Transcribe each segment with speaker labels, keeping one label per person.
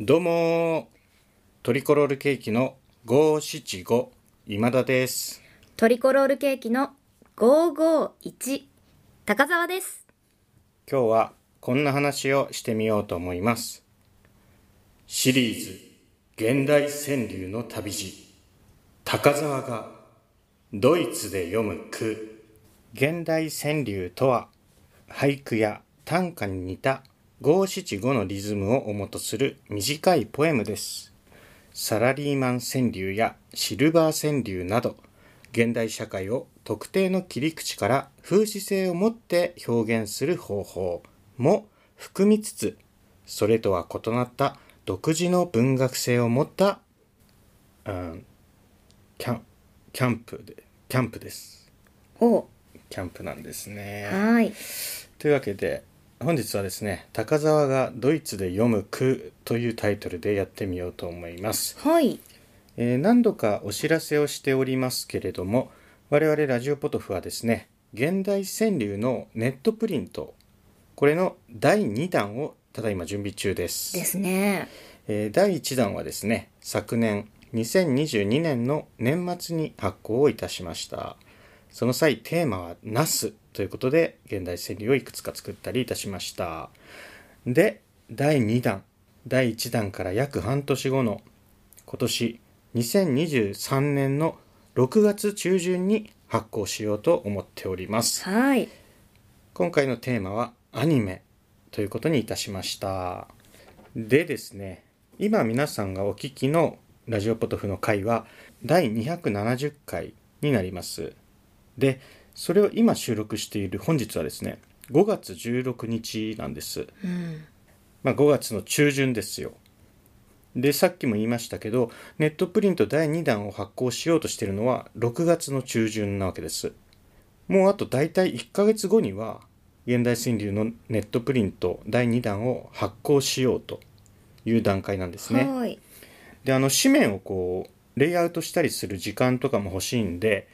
Speaker 1: どうもートリコロールケーキの575今田です
Speaker 2: トリコロールケーキの551高澤です
Speaker 1: 今日はこんな話をしてみようと思いますシリーズ現代川柳の旅路高沢がドイツで読む句現代川柳とは俳句や短歌に似た五七五のリズムをもとする短いポエムですサラリーマン川柳やシルバー川柳など現代社会を特定の切り口から風刺性を持って表現する方法も含みつつそれとは異なった独自の文学性を持った、うん、キャンキャンプでキャンプです
Speaker 2: お
Speaker 1: キャンプなんですね。
Speaker 2: はい
Speaker 1: というわけで本日はですね「高沢がドイツで読む句」というタイトルでやってみようと思います、
Speaker 2: はい
Speaker 1: えー何度かお知らせをしておりますけれども我々ラジオポトフはですね現代川柳のネットプリントこれの第2弾をただいま準備中です
Speaker 2: ですね
Speaker 1: えー第1弾はですね昨年2022年の年末に発行をいたしましたその際テーマは「ナス」ということで現代川柳をいくつか作ったりいたしましたで第2弾第1弾から約半年後の今年2023年の6月中旬に発行しようと思っております
Speaker 2: はい
Speaker 1: 今回のテーマはアニメということにいたしましたでですね今皆さんがお聞きのラジオポトフの回は第270回になりますでそれを今収録している本日はですね5月16日なんです
Speaker 2: うん
Speaker 1: まあ、5月の中旬ですよ。で、さっきも言いましたけど、ネットプリント第2弾を発行しようとしてるのは6月の中旬なわけです。もうあと大体1ヶ月後には、現代川柳のネットプリント第2弾を発行しようという段階なんですね。
Speaker 2: はい
Speaker 1: であの紙面をこうレイアウトしたりする時間とかも欲しいんで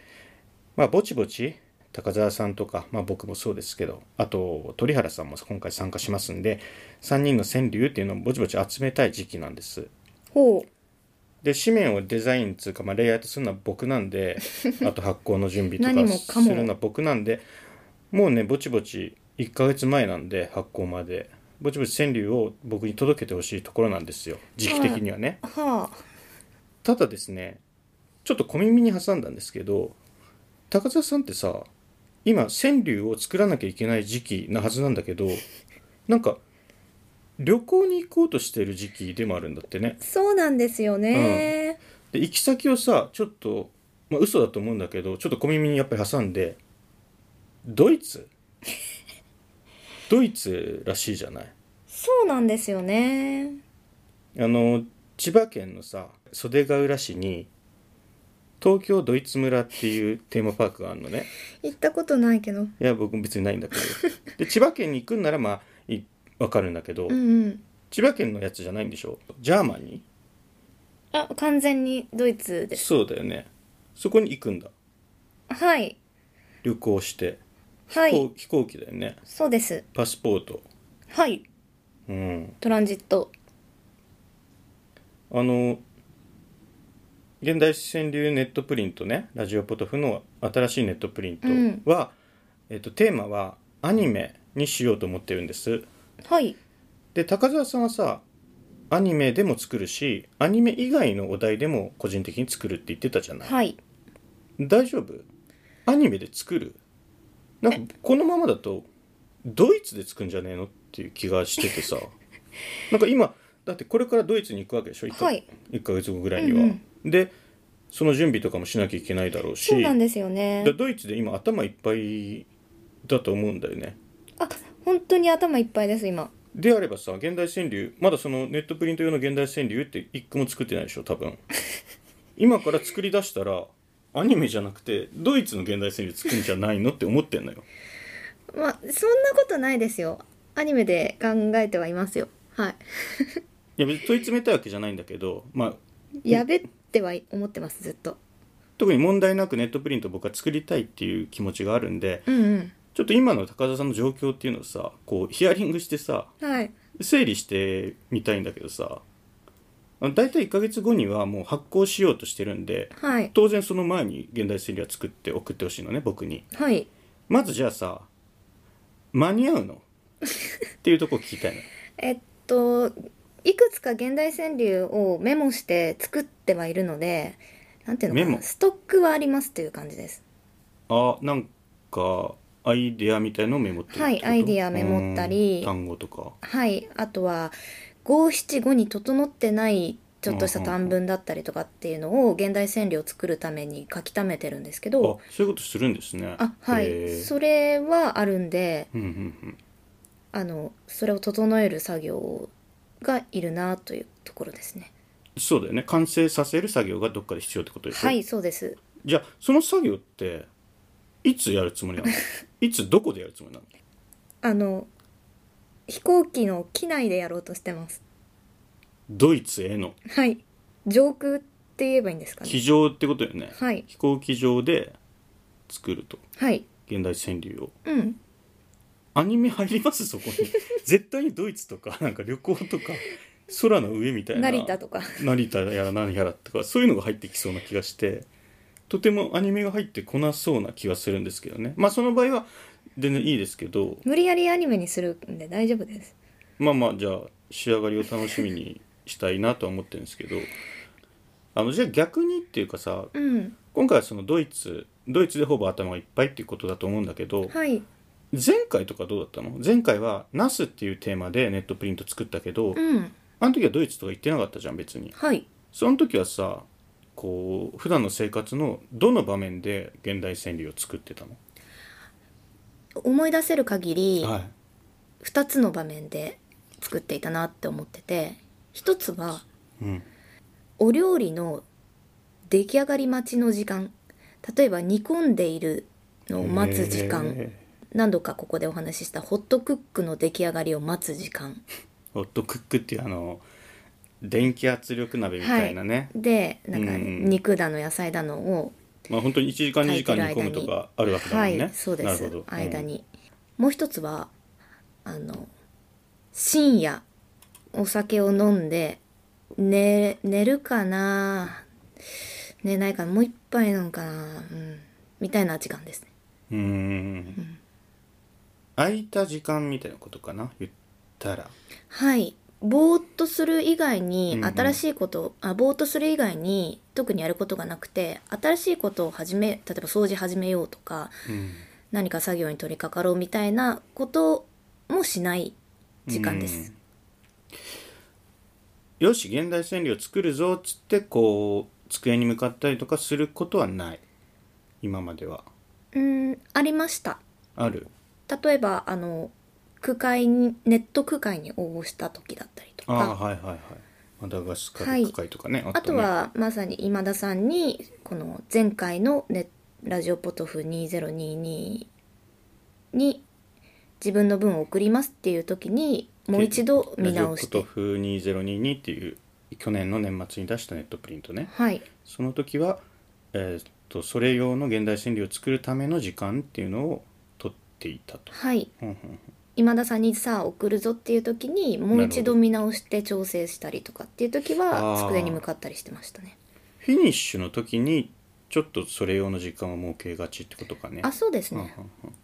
Speaker 1: まあぼちぼち高澤さんとか、まあ、僕もそうですけどあと鳥原さんも今回参加しますんで3人の川柳っていうのをぼちぼち集めたい時期なんです
Speaker 2: ほう
Speaker 1: で紙面をデザインつうか、まあ、レイアウトするのは僕なん であと発行の準備と
Speaker 2: 何
Speaker 1: か
Speaker 2: も
Speaker 1: す
Speaker 2: かも
Speaker 1: るのは僕なんでもうねぼちぼち1ヶ月前なんで発行までぼちぼち川柳を僕に届けてほしいところなんですよ時期的にはね。
Speaker 2: はあ
Speaker 1: ただですねちょっと小耳に挟んだんですけど高田さんってさ今川柳を作らなきゃいけない時期なはずなんだけどなんか旅行に行こうとしてる時期でもあるんだってね
Speaker 2: そうなんですよね、
Speaker 1: で行き先をさちょっとまあ嘘だと思うんだけどちょっと小耳にやっぱり挟んでドイツ ドイツらしいじゃない
Speaker 2: そうなんですよね
Speaker 1: あの千葉県のさ袖ケ浦市に東京ドイツ村っていうテーマパークがあるのね
Speaker 2: 行ったことないけど
Speaker 1: いや僕も別にないんだけどで千葉県に行くんならまあいわかるんだけど、
Speaker 2: うんうん
Speaker 1: 千葉県のやつじゃないんでしょジャーマニ
Speaker 2: あ完全にドイツ
Speaker 1: ー
Speaker 2: です
Speaker 1: そうだよねそこに行くんだ
Speaker 2: はい
Speaker 1: 旅行して、
Speaker 2: は
Speaker 1: 飛
Speaker 2: い
Speaker 1: 行飛行機だよね
Speaker 2: そうです
Speaker 1: パスポート
Speaker 2: はい
Speaker 1: うん
Speaker 2: トランジット
Speaker 1: あの現代川柳ネットプリントねラジオポトフの新しいネットプリントは、えっと、テーマはアニメにしようと思ってるんです
Speaker 2: はい
Speaker 1: で高澤さんはさアニメでも作るしアニメ以外のお題でも個人的に作るって言ってたじゃない、
Speaker 2: はい
Speaker 1: 大丈夫アニメで作るなんかこのままだとドイツで作るんじゃねえのっていう気がしててさ なんか今だってこれからドイツに行くわけでしょ1か,、
Speaker 2: はい
Speaker 1: 一ヶ月後ぐらいには、
Speaker 2: うん
Speaker 1: でその準備とかもしなきゃいけないだろうし
Speaker 2: そうなんですよね
Speaker 1: だドイツで今頭いっぱいだと思うんだよね
Speaker 2: あ本当に頭いっぱいです今
Speaker 1: であればさ現代川柳まだそのネットプリント用の現代川柳って一個も作ってないでしょ多分今から作り出したらアニメじゃなくてドイツの現代川柳作るんじゃないのって思ってんのよ
Speaker 2: まあそんなことないですよアニメで考えてはいますよはい
Speaker 1: や別に問い詰めたいわけじゃないんだけどまあ
Speaker 2: いやべっては思ってますずっと
Speaker 1: 特に問題なくネットプリント僕は作りたいっていう気持ちがあるんで
Speaker 2: うん
Speaker 1: ちょっと今の高田さんの状況っていうのをさこうヒアリングしてさ
Speaker 2: うんはい
Speaker 1: 整理してみたいんだけどさあの大体1ヶ月後にはもう発行しようとしてるんで
Speaker 2: はい
Speaker 1: 当然その前に現代推理は作って送ってほしいのね僕に
Speaker 2: はい
Speaker 1: まずじゃあさ間に合うのっていうとこ聞きたいの
Speaker 2: えっといくつか現代川柳をメモして作ってはいるのでなんていうのか
Speaker 1: メ
Speaker 2: な
Speaker 1: モ
Speaker 2: ストックはありますという感じです
Speaker 1: あなんかアイデアみたいのをメモってるってこと
Speaker 2: はいアイデアメモったり
Speaker 1: うん単語とか
Speaker 2: はいあとは五七五に整ってないちょっとした短文だったりとかっていうのを現代川柳を作るために書き溜めてるんですけ
Speaker 1: あ
Speaker 2: ど
Speaker 1: そういうことするんですね
Speaker 2: あは
Speaker 1: へ
Speaker 2: い
Speaker 1: え
Speaker 2: それはあるんで
Speaker 1: うんうん
Speaker 2: あのそれを整える作業がいるなというところですね
Speaker 1: うん、そうだよね完成させる作業がどっかで必要ってことでしょ、
Speaker 2: はいそうです
Speaker 1: じゃあその作業っていつやるつも りなのいつどこでやるつもりなの
Speaker 2: あの飛行機の機内でやろうとしてます
Speaker 1: ドイツへの
Speaker 2: はい上空って言えばいいんですかね
Speaker 1: 機上ってことよね、
Speaker 2: はい
Speaker 1: 飛行機上で作ると
Speaker 2: はい
Speaker 1: 現代川柳を
Speaker 2: うん
Speaker 1: アニメ入ります そこに絶対にドイツとかなんか旅行とか空の上みたいな
Speaker 2: 成田とか
Speaker 1: 成田やら何やらとかそういうのが入ってきそうな気がしてとてもアニメが入ってこなそうな気がするんですけどねまあその場合は全然いいですけど
Speaker 2: 無理やりアニメにするんで大丈夫です
Speaker 1: まあまあじゃあ仕上がりを楽しみにしたいなとは思ってるんですけどあのじゃあ逆にっていうかさ
Speaker 2: うん
Speaker 1: 今回はそのドイツドイツでほぼ頭がいっぱいっていうことだと思うんだけど
Speaker 2: はい
Speaker 1: 前回とかどうだったの前回は「ナス」っていうテーマでネットプリント作ったけど
Speaker 2: うん
Speaker 1: あの時はドイツとか行ってなかったじゃん別に。
Speaker 2: はい
Speaker 1: その時はさこう普段の生活のどの場面で現代川柳を作ってたの、
Speaker 2: 思い出せる限り
Speaker 1: はい、
Speaker 2: 2つの場面で作っていたなって思ってて1つは
Speaker 1: うん、
Speaker 2: お料理の出来上がり待ちの時間例えば煮込んでいるのを待つ時間、
Speaker 1: え
Speaker 2: 何度かここでお話ししたホットクックの出来上がりを待つ時間
Speaker 1: ーホットクックっていうあの電気圧力鍋みたいなね、
Speaker 2: でなんか
Speaker 1: うん
Speaker 2: 肉だの野菜だのを、
Speaker 1: まあ本当に1時間2
Speaker 2: 炊い
Speaker 1: 時
Speaker 2: て
Speaker 1: 間
Speaker 2: る
Speaker 1: 煮
Speaker 2: 間に
Speaker 1: 込むとかあるわけだも
Speaker 2: は
Speaker 1: んね、
Speaker 2: いそうで
Speaker 1: なる
Speaker 2: す
Speaker 1: ほど
Speaker 2: 間、に、もう一つはあの深夜お酒を飲んで寝寝るかな寝ないかなもう一杯飲むかな、うん、みたいな時間ですね
Speaker 1: うんうーん空いた時間みたいなことかな言ったら
Speaker 2: はいぼーっとする以外に、
Speaker 1: うんうん
Speaker 2: 新しいことあぼーっとする以外に特にやることがなくて新しいことを始め例えば掃除始めようとか
Speaker 1: うん
Speaker 2: 何か作業に取り掛かろうみたいなこともしない時間です、
Speaker 1: うんよし現代川柳を作るぞっつってこう机に向かったりとかすることはない今までは
Speaker 2: うんありました
Speaker 1: ある
Speaker 2: 例えばあの区会にネット区会に応募した時だったりと
Speaker 1: ああ
Speaker 2: か
Speaker 1: はいはいはいマダガスカ
Speaker 2: は
Speaker 1: ル
Speaker 2: い
Speaker 1: 区会とかね、
Speaker 2: あとはまさに今田さんにこの前回の、ね「ラジオポトフ2022」に自分の分を送りますっていう時にもう一度見直し
Speaker 1: ラ
Speaker 2: て
Speaker 1: ジオポトフ2022っていう去年の年末に出したネットプリントね
Speaker 2: はい
Speaker 1: その時はえーっとそれ用の現代川柳を作るための時間っていうのを取っていたと、
Speaker 2: はい
Speaker 1: うんうん
Speaker 2: 今田さんにさあ送るぞっていう時にも
Speaker 1: な
Speaker 2: う一
Speaker 1: るほ
Speaker 2: 度
Speaker 1: ど
Speaker 2: 見直して調整したりとかっていう時
Speaker 1: あ
Speaker 2: は
Speaker 1: ー
Speaker 2: 机に向かったりしてましたね
Speaker 1: フィニッシュの時にちょっとそれ用の時間を設けがちってことかね
Speaker 2: あそうです
Speaker 1: うんう
Speaker 2: ね、
Speaker 1: んうん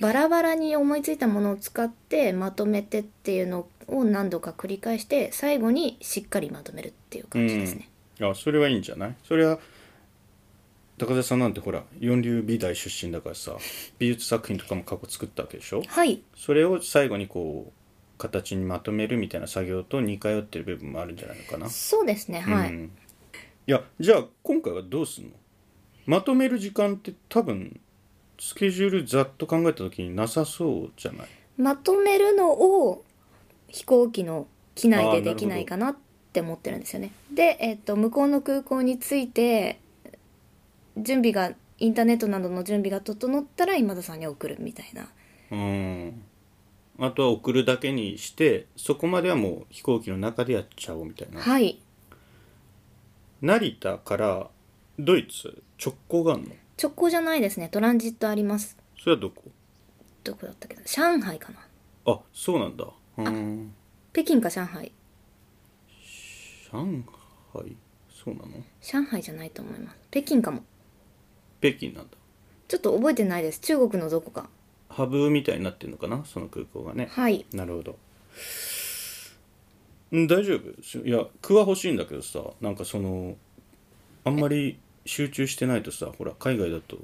Speaker 2: バラバラに思いついたものを使ってまとめてっていうのを何度か繰り返して最後にしっかりまとめるっていう感じですね、
Speaker 1: うん、あそれはいいんじゃないそれは高田さんなんてほら四流美大出身だからさ 美術作品とかも過去作ったわけでしょ
Speaker 2: はい
Speaker 1: それを最後にこう形にまとめるみたいな作業と似通ってる部分もあるんじゃないのかな
Speaker 2: そうですねはい、
Speaker 1: うん、いやじゃあ今回はどうすんのまとめる時間って多分スケジュールざっと考えた時になさそうじゃない
Speaker 2: まとめるのを飛行機の機内でできな
Speaker 1: あ
Speaker 2: い
Speaker 1: ー
Speaker 2: かなって思ってるんですよねで、えっと向こうの空港に着いて準備がインターネットなどの準備が整ったら今田さんに送るみたいな
Speaker 1: うんあとは送るだけにしてそこまではもう飛行機の中でやっちゃおうみたいな
Speaker 2: はい
Speaker 1: 成田からドイツ直行があるの
Speaker 2: 直行じゃないですねトランジットあります
Speaker 1: それはどこ
Speaker 2: どこだったっけな上海かな
Speaker 1: あそうなんだうーん
Speaker 2: 北京か上海
Speaker 1: 上海そうなの
Speaker 2: 上海じゃないと思います北京かも
Speaker 1: 北京なんだ
Speaker 2: ちょっと覚えてないです中国のどこか
Speaker 1: ハブみたいになってるのかなその空港がね
Speaker 2: はい
Speaker 1: なるほどうん大丈夫すいや句は欲しいんだけどさなんかそのあんまり集中してないとさほら海外だ と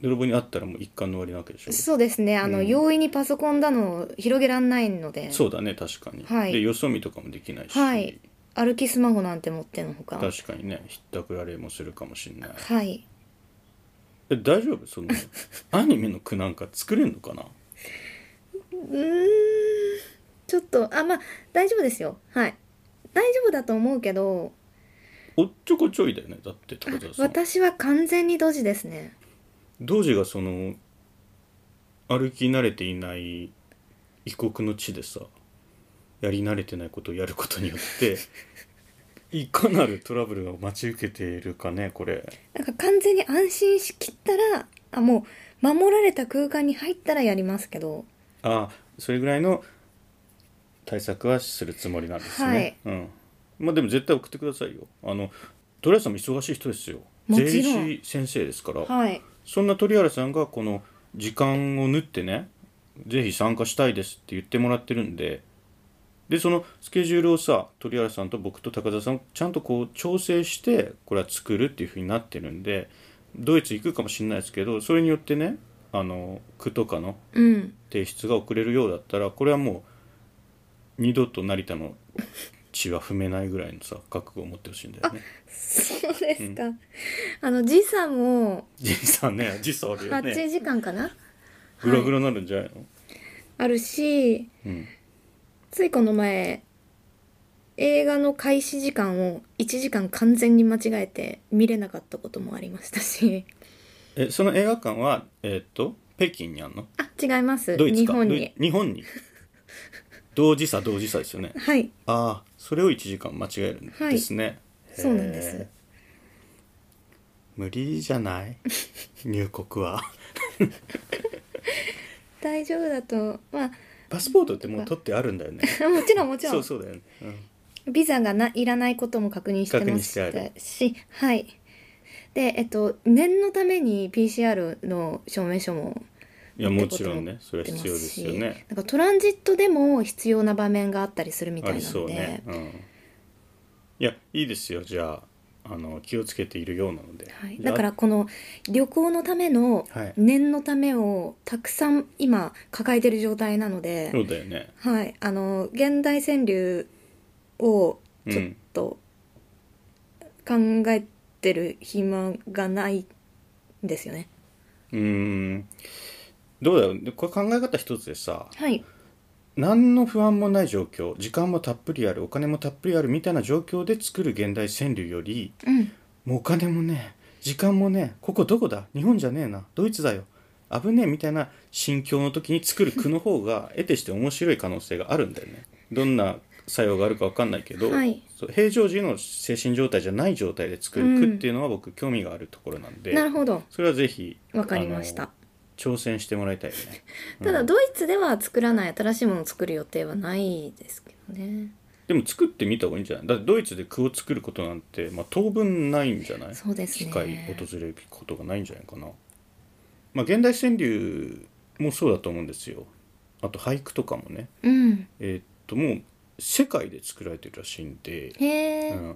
Speaker 1: 泥棒にあったらもう一貫の終わりなわけでしょ
Speaker 2: そうですねあの、容易にパソコンだのを広げらんないので
Speaker 1: そうだね確かに、
Speaker 2: はい
Speaker 1: でよそ見とかもできないし、
Speaker 2: はい歩きスマホなんて持ってのほか
Speaker 1: 確かにねひったくられもするかもしれない
Speaker 2: はい
Speaker 1: え大丈夫そ のアニメの句なんか作れんのかな
Speaker 2: ちょっとあまあ大丈夫ですよはい大丈夫だと思うけど
Speaker 1: おっちょこちょいだよねだって高田さん
Speaker 2: 私は完全にドジですね
Speaker 1: 同時がその歩き慣れていない異国の地でさやり慣れてないことをやることによって いかなるトラブルが待ち受けているかねこれ
Speaker 2: なんか完全に安心しきったらあもう守られた空間に入ったらやりますけど
Speaker 1: あそれぐらいの対策はするつもりなんですね、うんまあでも絶対送ってくださいよあの鳥原さんも忙しい人ですよ
Speaker 2: もち
Speaker 1: 税
Speaker 2: ろん
Speaker 1: 理士先生ですから、
Speaker 2: はい
Speaker 1: そんな鳥原さんがこの時間を縫ってねぜひ参加したいですって言ってもらってるんででそのスケジュールをさ鳥原さんと僕と高田さんちゃんとこう調整してこれは作るっていうふうになってるんでドイツ行くかもしれないですけどそれによってねあの区とかの
Speaker 2: うん
Speaker 1: 提出が遅れるようだったらこれはもう二度と成田の血は踏めないぐらいのさ覚悟を持ってほしいんだよね。
Speaker 2: そうですか、あの時差も
Speaker 1: じいさんね時差あるよね
Speaker 2: 8。時間かな、
Speaker 1: グラグラになるんじゃないの、
Speaker 2: あるし
Speaker 1: うん
Speaker 2: ついこの前映画の開始時間を1時間完全に間違えて見れなかったこともありました し
Speaker 1: えその映画館はえーっと北京にあんの
Speaker 2: あ違います
Speaker 1: ドイツ
Speaker 2: 日
Speaker 1: か
Speaker 2: 本
Speaker 1: ドイ
Speaker 2: に
Speaker 1: 日本に同時差同時差ですよね
Speaker 2: はい
Speaker 1: ああそれを1時間間違えるん
Speaker 2: はい
Speaker 1: ですね、
Speaker 2: そうなんです
Speaker 1: へー無理じゃない入国 は
Speaker 2: 大丈夫だとまあ
Speaker 1: パスポートってもう取ってあるんだよね
Speaker 2: もちろんもちろ
Speaker 1: そうんそうだよね、うん
Speaker 2: ビザがないらないことも確認してまし
Speaker 1: 確認
Speaker 2: たしはいでえっと念のために PCR の証明書も
Speaker 1: いやもちろんねそれは
Speaker 2: 出ま
Speaker 1: 必要
Speaker 2: す
Speaker 1: です
Speaker 2: し
Speaker 1: よね
Speaker 2: なんかトランジットでも必要な場面があったりするみた
Speaker 1: あ
Speaker 2: いな
Speaker 1: り
Speaker 2: んで
Speaker 1: そうね、うん、いやいいですよじゃああの気をつけているようなので、
Speaker 2: はい、
Speaker 1: で
Speaker 2: だからこの旅行のための
Speaker 1: はい
Speaker 2: 念のためをたくさん今抱えてる状態なので、
Speaker 1: そうだよね
Speaker 2: はい、あの現代川柳をちょっと考えてる暇がないんですよね。
Speaker 1: うーんどうだろうでこれ考え方一つでさ
Speaker 2: はい、
Speaker 1: 何の不安もない状況時間もたっぷりあるお金もたっぷりあるみたいな状況で作る現代川柳より
Speaker 2: うん、
Speaker 1: もうお金もね時間もねここどこだ日本じゃねえなドイツだよ危ねえみたいな心境の時に作る句の方が 得てして面白い可能性があるんだよねどんな作用があるか分かんないけど、
Speaker 2: はい
Speaker 1: そう平常時の精神状態じゃない状態で作る句っていうのは僕興味があるところなんで、
Speaker 2: なるほど
Speaker 1: それはぜひ
Speaker 2: わかりました
Speaker 1: あの挑戦してもらいたいよね
Speaker 2: ただドイツでは作らない新しいものを作る予定はないですけどね
Speaker 1: でも作ってみた方がいいんじゃないだってドイツで句を作ることなんて、まあ、当分ないんじゃない
Speaker 2: そうですね
Speaker 1: 機会訪れることがないんじゃないかな。まあ、現代川柳もそうだと思うんですよ。あと俳句とかもね。
Speaker 2: うん
Speaker 1: えーっともう世界で作られてるらしいんで、
Speaker 2: へえ、
Speaker 1: うん、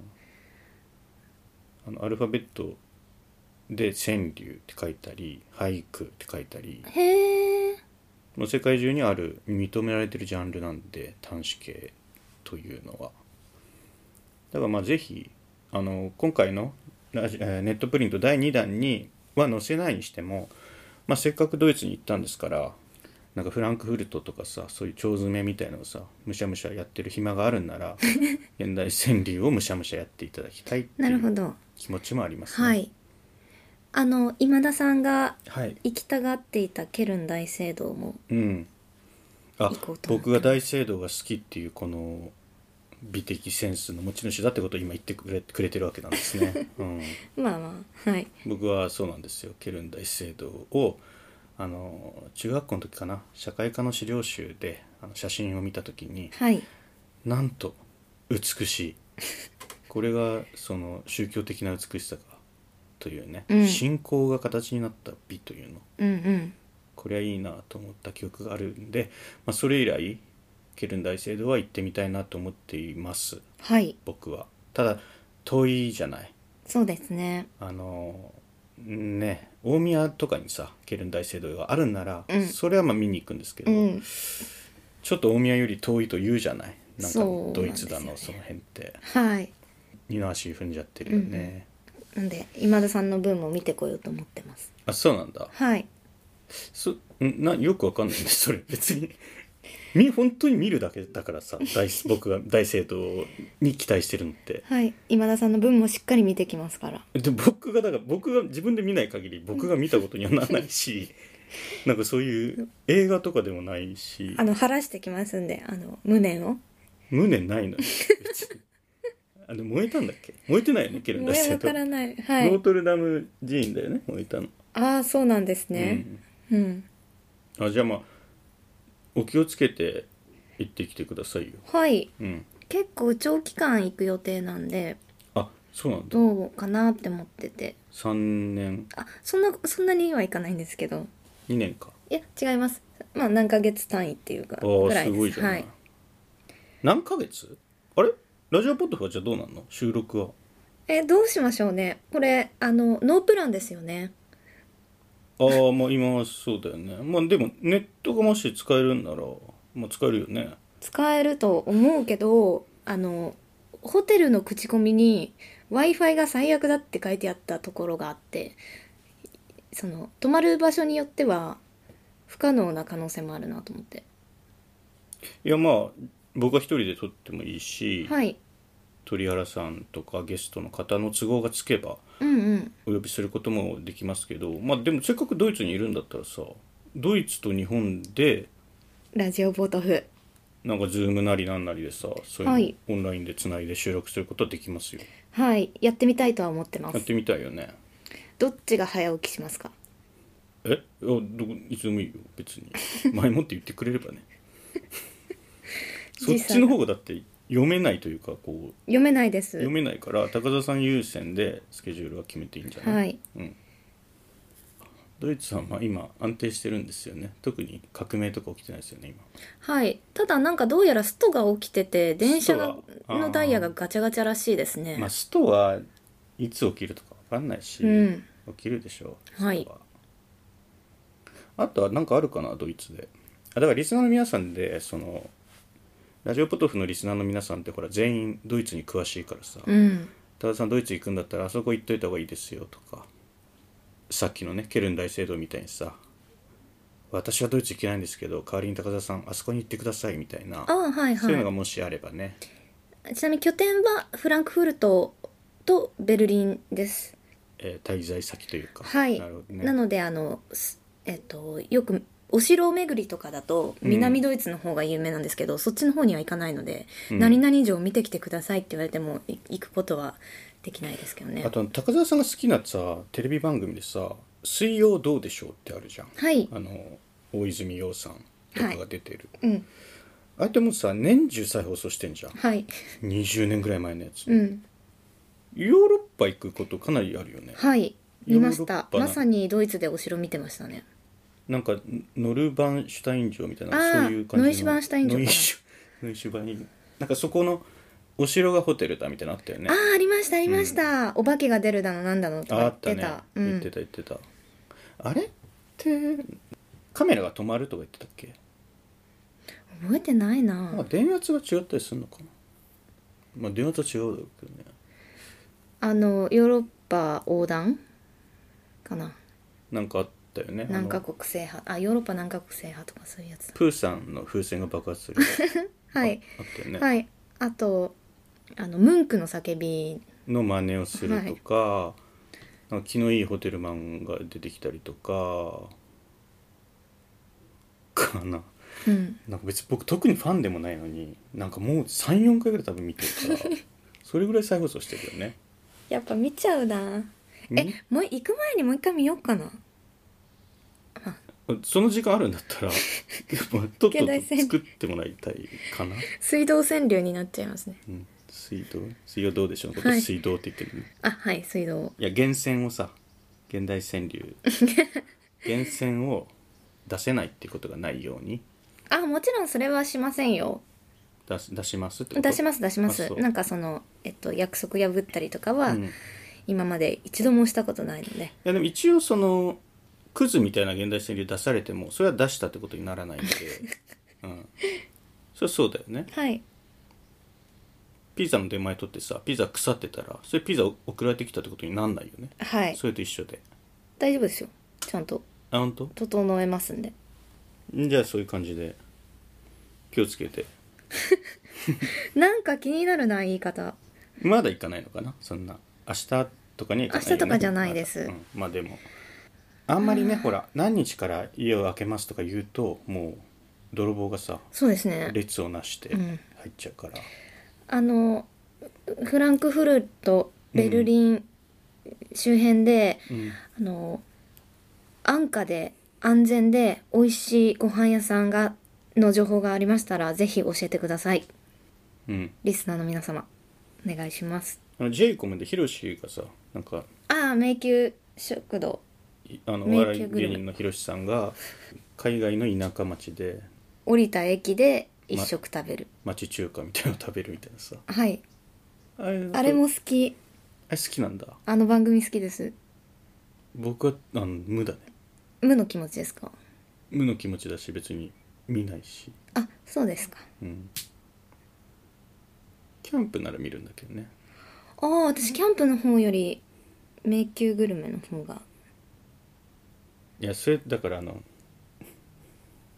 Speaker 1: あのアルファベットで川柳って書いたり俳句って書いたり
Speaker 2: へえ
Speaker 1: もう世界中にある認められてるジャンルなんで短詞系というのはだからまあぜひあの今回のラジえーネットプリント第2弾には載せないにしても、まあ、せっかくドイツに行ったんですからなんかフランクフルトとかさそういう腸詰めみたいのをさむしゃむしゃやってる暇があるん なら現代川柳をむしゃむしゃやっていただきたいって
Speaker 2: ないるほ
Speaker 1: う
Speaker 2: ど
Speaker 1: 気持ちもあります
Speaker 2: は
Speaker 1: ね。
Speaker 2: いあの今田さんが
Speaker 1: はい、
Speaker 2: 行きたがっていたケルン大聖堂も
Speaker 1: うん、あ
Speaker 2: 行こうと思って
Speaker 1: 僕が大聖堂が好きっていうこの美的センスの持ち主だってことを今言ってくれくれてるわけなんです ね、うん、
Speaker 2: まあまあはい
Speaker 1: 僕はそうなんですよケルン大聖堂をあの中学校の時かな社会科の資料集であの写真を見た時に
Speaker 2: はい
Speaker 1: なんと美しいこれがその宗教的な美しさかというね、
Speaker 2: うん
Speaker 1: 信仰が形になった美というの
Speaker 2: うんうん
Speaker 1: これはいいなと思った記憶があるんで、まあ、それ以来ケルン大聖堂は行ってみたいなと思っています
Speaker 2: はい
Speaker 1: 僕はただ遠いじゃない
Speaker 2: そうですね
Speaker 1: あのね大宮とかにさケルン大聖堂があるんなら、
Speaker 2: うん
Speaker 1: それはまあ見に行くんですけど、
Speaker 2: うん
Speaker 1: ちょっと大宮より遠いと言うじゃないなんか
Speaker 2: そうなん
Speaker 1: ドイツだのそ,、
Speaker 2: ですよ
Speaker 1: の辺って
Speaker 2: はい
Speaker 1: 二の足踏んじゃってるよね、
Speaker 2: なんで今田さんの分も見てこようと思ってます
Speaker 1: あそうなんだ
Speaker 2: はい
Speaker 1: そんなよくわかんないんですそれ別にみ本当に見るだけだからさ大 僕が大聖堂に期待してるのって
Speaker 2: はい今田さんの分もしっかり見てきますから
Speaker 1: で僕がだから僕が自分で見ない限り僕が見たことにはならないしなんかそういう映画とかでもないし
Speaker 2: あの晴らしてきますんであの無念を
Speaker 1: 胸ないのよ別にあでも燃えたんだっけ燃えてないよねケルン大
Speaker 2: 上
Speaker 1: 聖
Speaker 2: わ
Speaker 1: 堂
Speaker 2: からないは
Speaker 1: ノー
Speaker 2: い
Speaker 1: トルダム寺院だよね燃えたの、
Speaker 2: ああそうなんですねうん、
Speaker 1: うん、あじゃあまあお気をつけて行ってきてくださいよ
Speaker 2: はい
Speaker 1: うん
Speaker 2: 結構長期間行く予定なんで
Speaker 1: あそうなんだ
Speaker 2: どうかなって思ってて
Speaker 1: 3年
Speaker 2: あそんなそんなにはいかないんですけど
Speaker 1: 2年か
Speaker 2: いや違いますまあ何ヶ月単位っていうか
Speaker 1: あー
Speaker 2: ぐらい
Speaker 1: すごい
Speaker 2: で
Speaker 1: じ
Speaker 2: す
Speaker 1: ゃない、
Speaker 2: はい
Speaker 1: 何ヶ月あれラジオポッドフはじゃあどうなんの収録は
Speaker 2: えどうしましょうねこれあのノープランですよね
Speaker 1: ああまあ今はそうだよね まあでもネットがもし使えるんなら、まあ、使えるよね
Speaker 2: 使えると思うけどあのホテルの口コミに w i f i が最悪だって書いてあったところがあってその泊まる場所によっては不可能な可能性もあるなと思って
Speaker 1: いやまあ僕は一人で撮ってもいいし、
Speaker 2: はい
Speaker 1: 鳥原さんとかゲストの方の都合がつけば
Speaker 2: うんうん
Speaker 1: お呼びすることもできますけどまあでもせっかくドイツにいるんだったらさドイツと日本で
Speaker 2: ラジオポトフ
Speaker 1: なんかズームなりなんなりでさそう
Speaker 2: は
Speaker 1: いう
Speaker 2: い
Speaker 1: のオンラインでつないで収録することはできますよ、
Speaker 2: はいやってみたいとは思ってま
Speaker 1: やっ
Speaker 2: す
Speaker 1: てみたいよね
Speaker 2: どっちが早起きしますか
Speaker 1: えあどいつでもいいよ別に前もって言ってくれればねそっ
Speaker 2: 時差
Speaker 1: ちの方がだって読めないというかこう
Speaker 2: 読めないです
Speaker 1: 読めないから高田さん優先でスケジュールは決めていいんじゃない、
Speaker 2: はい
Speaker 1: うん、ドイツはまあ今安定してるんですよね特に革命とか起きてないですよね今
Speaker 2: はいただなんかどうやらストが起きてて電車が
Speaker 1: ストは
Speaker 2: のダイヤがガチャガチャらしいですね
Speaker 1: まあ、ストはいつ起きるとか分かんないし、
Speaker 2: うん
Speaker 1: 起きるでしょう、
Speaker 2: はい
Speaker 1: ストあとは何かあるかなドイツであだからリスナーの皆さんでそのラジオポトフのリスナーの皆さんってほら全員ドイツに詳しいからさ、
Speaker 2: うん
Speaker 1: 高田さんドイツ行くんだったらあそこ行っといた方がいいですよとかさっきのねケルン大聖堂みたいにさ私はドイツ行けないんですけど代わりに高田さんあそこに行ってくださいみたいな
Speaker 2: ああはい
Speaker 1: そういうのが
Speaker 2: は
Speaker 1: もしあればね
Speaker 2: いちなみに拠点はフランクフルトとベルリンです
Speaker 1: えー滞在先というか、
Speaker 2: はい
Speaker 1: な
Speaker 2: な,、
Speaker 1: るほどね
Speaker 2: のであのすえっとよくお城巡りとかだと
Speaker 1: うん
Speaker 2: 南ドイツの方が有名なんですけど、そっちの方には行かないので、
Speaker 1: うん
Speaker 2: 何々城見てきてくださいって言われてもい行くことはできないですけどね
Speaker 1: あと高田さんが好きなさテレビ番組でさ「水曜どうでしょう」ってあるじゃん
Speaker 2: はい
Speaker 1: あの大泉洋さんとかが出てる、
Speaker 2: うん
Speaker 1: あれってもうさ年中再放送してんじゃん
Speaker 2: はい
Speaker 1: 20年ぐらい前のやつ、
Speaker 2: うん
Speaker 1: ヨーロッパ行くことかなりあるよね
Speaker 2: はい見まし
Speaker 1: ヨーロッ
Speaker 2: た
Speaker 1: パな
Speaker 2: まさにドイツでお城見てましたね
Speaker 1: なんかノルバンシュタイン城みたいな
Speaker 2: あー
Speaker 1: そういう感じの
Speaker 2: ノイシュバンシュタイン城か
Speaker 1: ノ
Speaker 2: な
Speaker 1: イシュノイシュバインなんかそこのお城がホテルだみたいなのあったよね
Speaker 2: ああありましたありました、お化けが出るだのなんだのとか
Speaker 1: あ
Speaker 2: 言
Speaker 1: あ
Speaker 2: っ
Speaker 1: った
Speaker 2: て
Speaker 1: ね
Speaker 2: たうん、
Speaker 1: 言ってた言ってた、あれってカメラが止まるとか言ってたっけ
Speaker 2: 覚えてないな
Speaker 1: なんか電圧が違ったりするのかなまあ電圧は違うだろうけどね
Speaker 2: あのヨーロッパ横断かな
Speaker 1: なんかあったよねあの
Speaker 2: 何カ国制覇あヨーロッパ何カ国制覇とかそういうやつだ
Speaker 1: プーさんの風船が爆発する
Speaker 2: はい
Speaker 1: あったよね、
Speaker 2: はいあとあのムンクの叫び
Speaker 1: の真似をするとか,、なんか気のいいホテルマンが出てきたりとかかな
Speaker 2: うん
Speaker 1: なんか別に僕特にファンでもないのになんかもう34回ぐらい多分見てるからそれぐらい再放送してるよね
Speaker 2: やっぱ見ちゃうなえ
Speaker 1: み
Speaker 2: もう行く前にもう一回見ようかな
Speaker 1: その時間あるんだったらやっぱとっとと
Speaker 2: 現代戦
Speaker 1: 作ってもらいたいかな、
Speaker 2: 水道川柳になっちゃいますね
Speaker 1: うん水道水道どうでしょうのこと
Speaker 2: はい
Speaker 1: 水道って言ってるよね、
Speaker 2: あはい水道
Speaker 1: い、や源泉をさ現代川 柳源泉を出せないってことがないように
Speaker 2: あもちろんそれはしませんよ
Speaker 1: 出す出しますってこと
Speaker 2: 出します出しま
Speaker 1: あ
Speaker 2: す
Speaker 1: そう
Speaker 2: なんかそのえっと約束破ったりとかは、
Speaker 1: うんい
Speaker 2: 今まで一度もしたことないので
Speaker 1: やでも一応そのクズみたいな現代川柳出されてもそれは出したってことになら ないので、うん、それはそうだよね
Speaker 2: はい
Speaker 1: ピザの出前取ってさピザ腐ってたらそれピザ送られてきたってことになんないよね
Speaker 2: はい
Speaker 1: それと一緒で
Speaker 2: 大丈夫ですよちゃんと
Speaker 1: あ本当
Speaker 2: 整えますんで
Speaker 1: じゃあそういう感じで気をつけて
Speaker 2: なんか気になるな言い方
Speaker 1: まだ行かないのかなそんな明日とかには行
Speaker 2: 明日とかじゃないで
Speaker 1: ま
Speaker 2: す
Speaker 1: だうんまあでもあんまりねほら何日から家を開けますとか言うともう泥棒がさ
Speaker 2: そうですね
Speaker 1: 列をなして
Speaker 2: うん
Speaker 1: 入っちゃうから、
Speaker 2: あのフランクフルトベルリン周辺で、
Speaker 1: うん
Speaker 2: あの安価で安全で美味しいご飯屋さんがの情報がありましたらぜひ教えてください
Speaker 1: うん、
Speaker 2: リスナーの皆様お願いします
Speaker 1: あの J コムでヒロシがさなんか
Speaker 2: ああ迷宮食堂
Speaker 1: いあのお
Speaker 2: 迷宮
Speaker 1: 笑い
Speaker 2: グ
Speaker 1: 芸
Speaker 2: ルメ
Speaker 1: 人のヒロシさんが海外の田舎町で
Speaker 2: 降りた駅で一食食べる、
Speaker 1: 町中華みたいなの食べるみたいなさ
Speaker 2: はい
Speaker 1: あれ
Speaker 2: あれも好き
Speaker 1: あれ好きなんだ
Speaker 2: あの番組好きです
Speaker 1: 僕はあの無だね
Speaker 2: 無の気持ちですか
Speaker 1: 無の気持ちだし別に見ないし
Speaker 2: あそうですか
Speaker 1: うんキャンプなら見るんだけどね
Speaker 2: ああ私キャンプの方より迷宮グルメの方が
Speaker 1: いやそれだからあの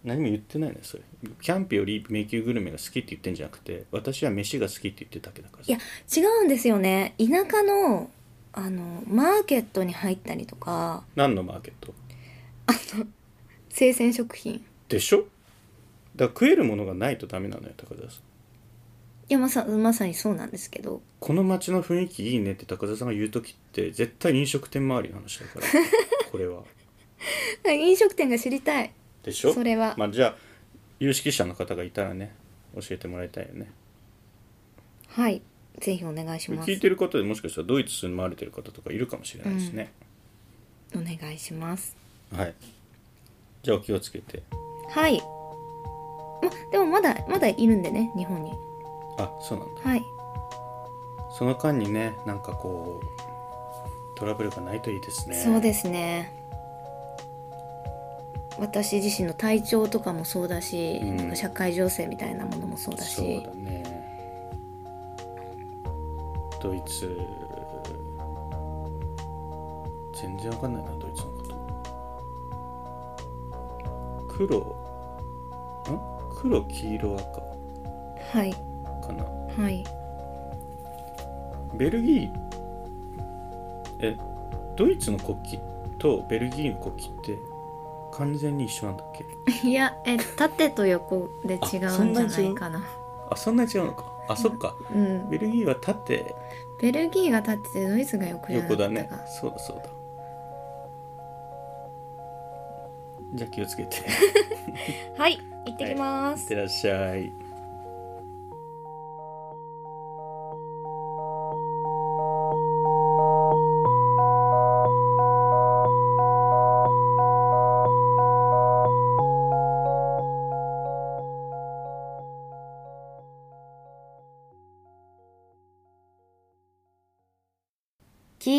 Speaker 1: 何も言ってないねそれキャンプより迷宮グルメが好きって言ってんじゃなくて私は飯が好きって言ってただけだから
Speaker 2: いや違うんですよね田舎のあのマーケットに入ったりとか
Speaker 1: 何のマーケット
Speaker 2: 生鮮食品
Speaker 1: でしょだから食えるものがないとダメなのよ高田さん
Speaker 2: いやまさまさにそうなんですけ ど
Speaker 1: この街の雰囲気いいねって高田さんが言う時って絶対飲食店周りの話だ からこれは
Speaker 2: 飲食店が知りたい
Speaker 1: でしょ
Speaker 2: それは
Speaker 1: まあ、じゃあ有識者の方がいたらね教えてもらいたいよね
Speaker 2: はいぜひお願いします
Speaker 1: 聞いてる方でもしかしたらドイツ住まわれてる方とかいるかもしれないですね、
Speaker 2: お願いします
Speaker 1: はいじゃあお気をつけて
Speaker 2: はいまでもまだまだいるんでね日本に
Speaker 1: あそうなんだ
Speaker 2: はい
Speaker 1: その間にねなんかこうトラブルがないといいですね
Speaker 2: そうですすね私自身の体調とかもそうだし、
Speaker 1: うん
Speaker 2: なんか社会情勢みたいなものもそうだ
Speaker 1: そう
Speaker 2: し
Speaker 1: だねドイツ全然わかんないなドイツのこと黒ん黒黄色
Speaker 2: はい
Speaker 1: 赤かな
Speaker 2: はい
Speaker 1: ベルギーえドイツの国旗とベルギーの国旗って完全に一緒なんだっけ
Speaker 2: いやえ縦と横で違うんじゃないかな
Speaker 1: あそんなに違うのかあそっか
Speaker 2: うん
Speaker 1: ベルギーは縦
Speaker 2: ベルギーが縦でドイツが横じゃなか
Speaker 1: 横
Speaker 2: った
Speaker 1: だ
Speaker 2: か
Speaker 1: ねそうだそうだじゃあ気をつけ てい
Speaker 2: はい行ってきます、
Speaker 1: ってらっしゃい
Speaker 2: 聞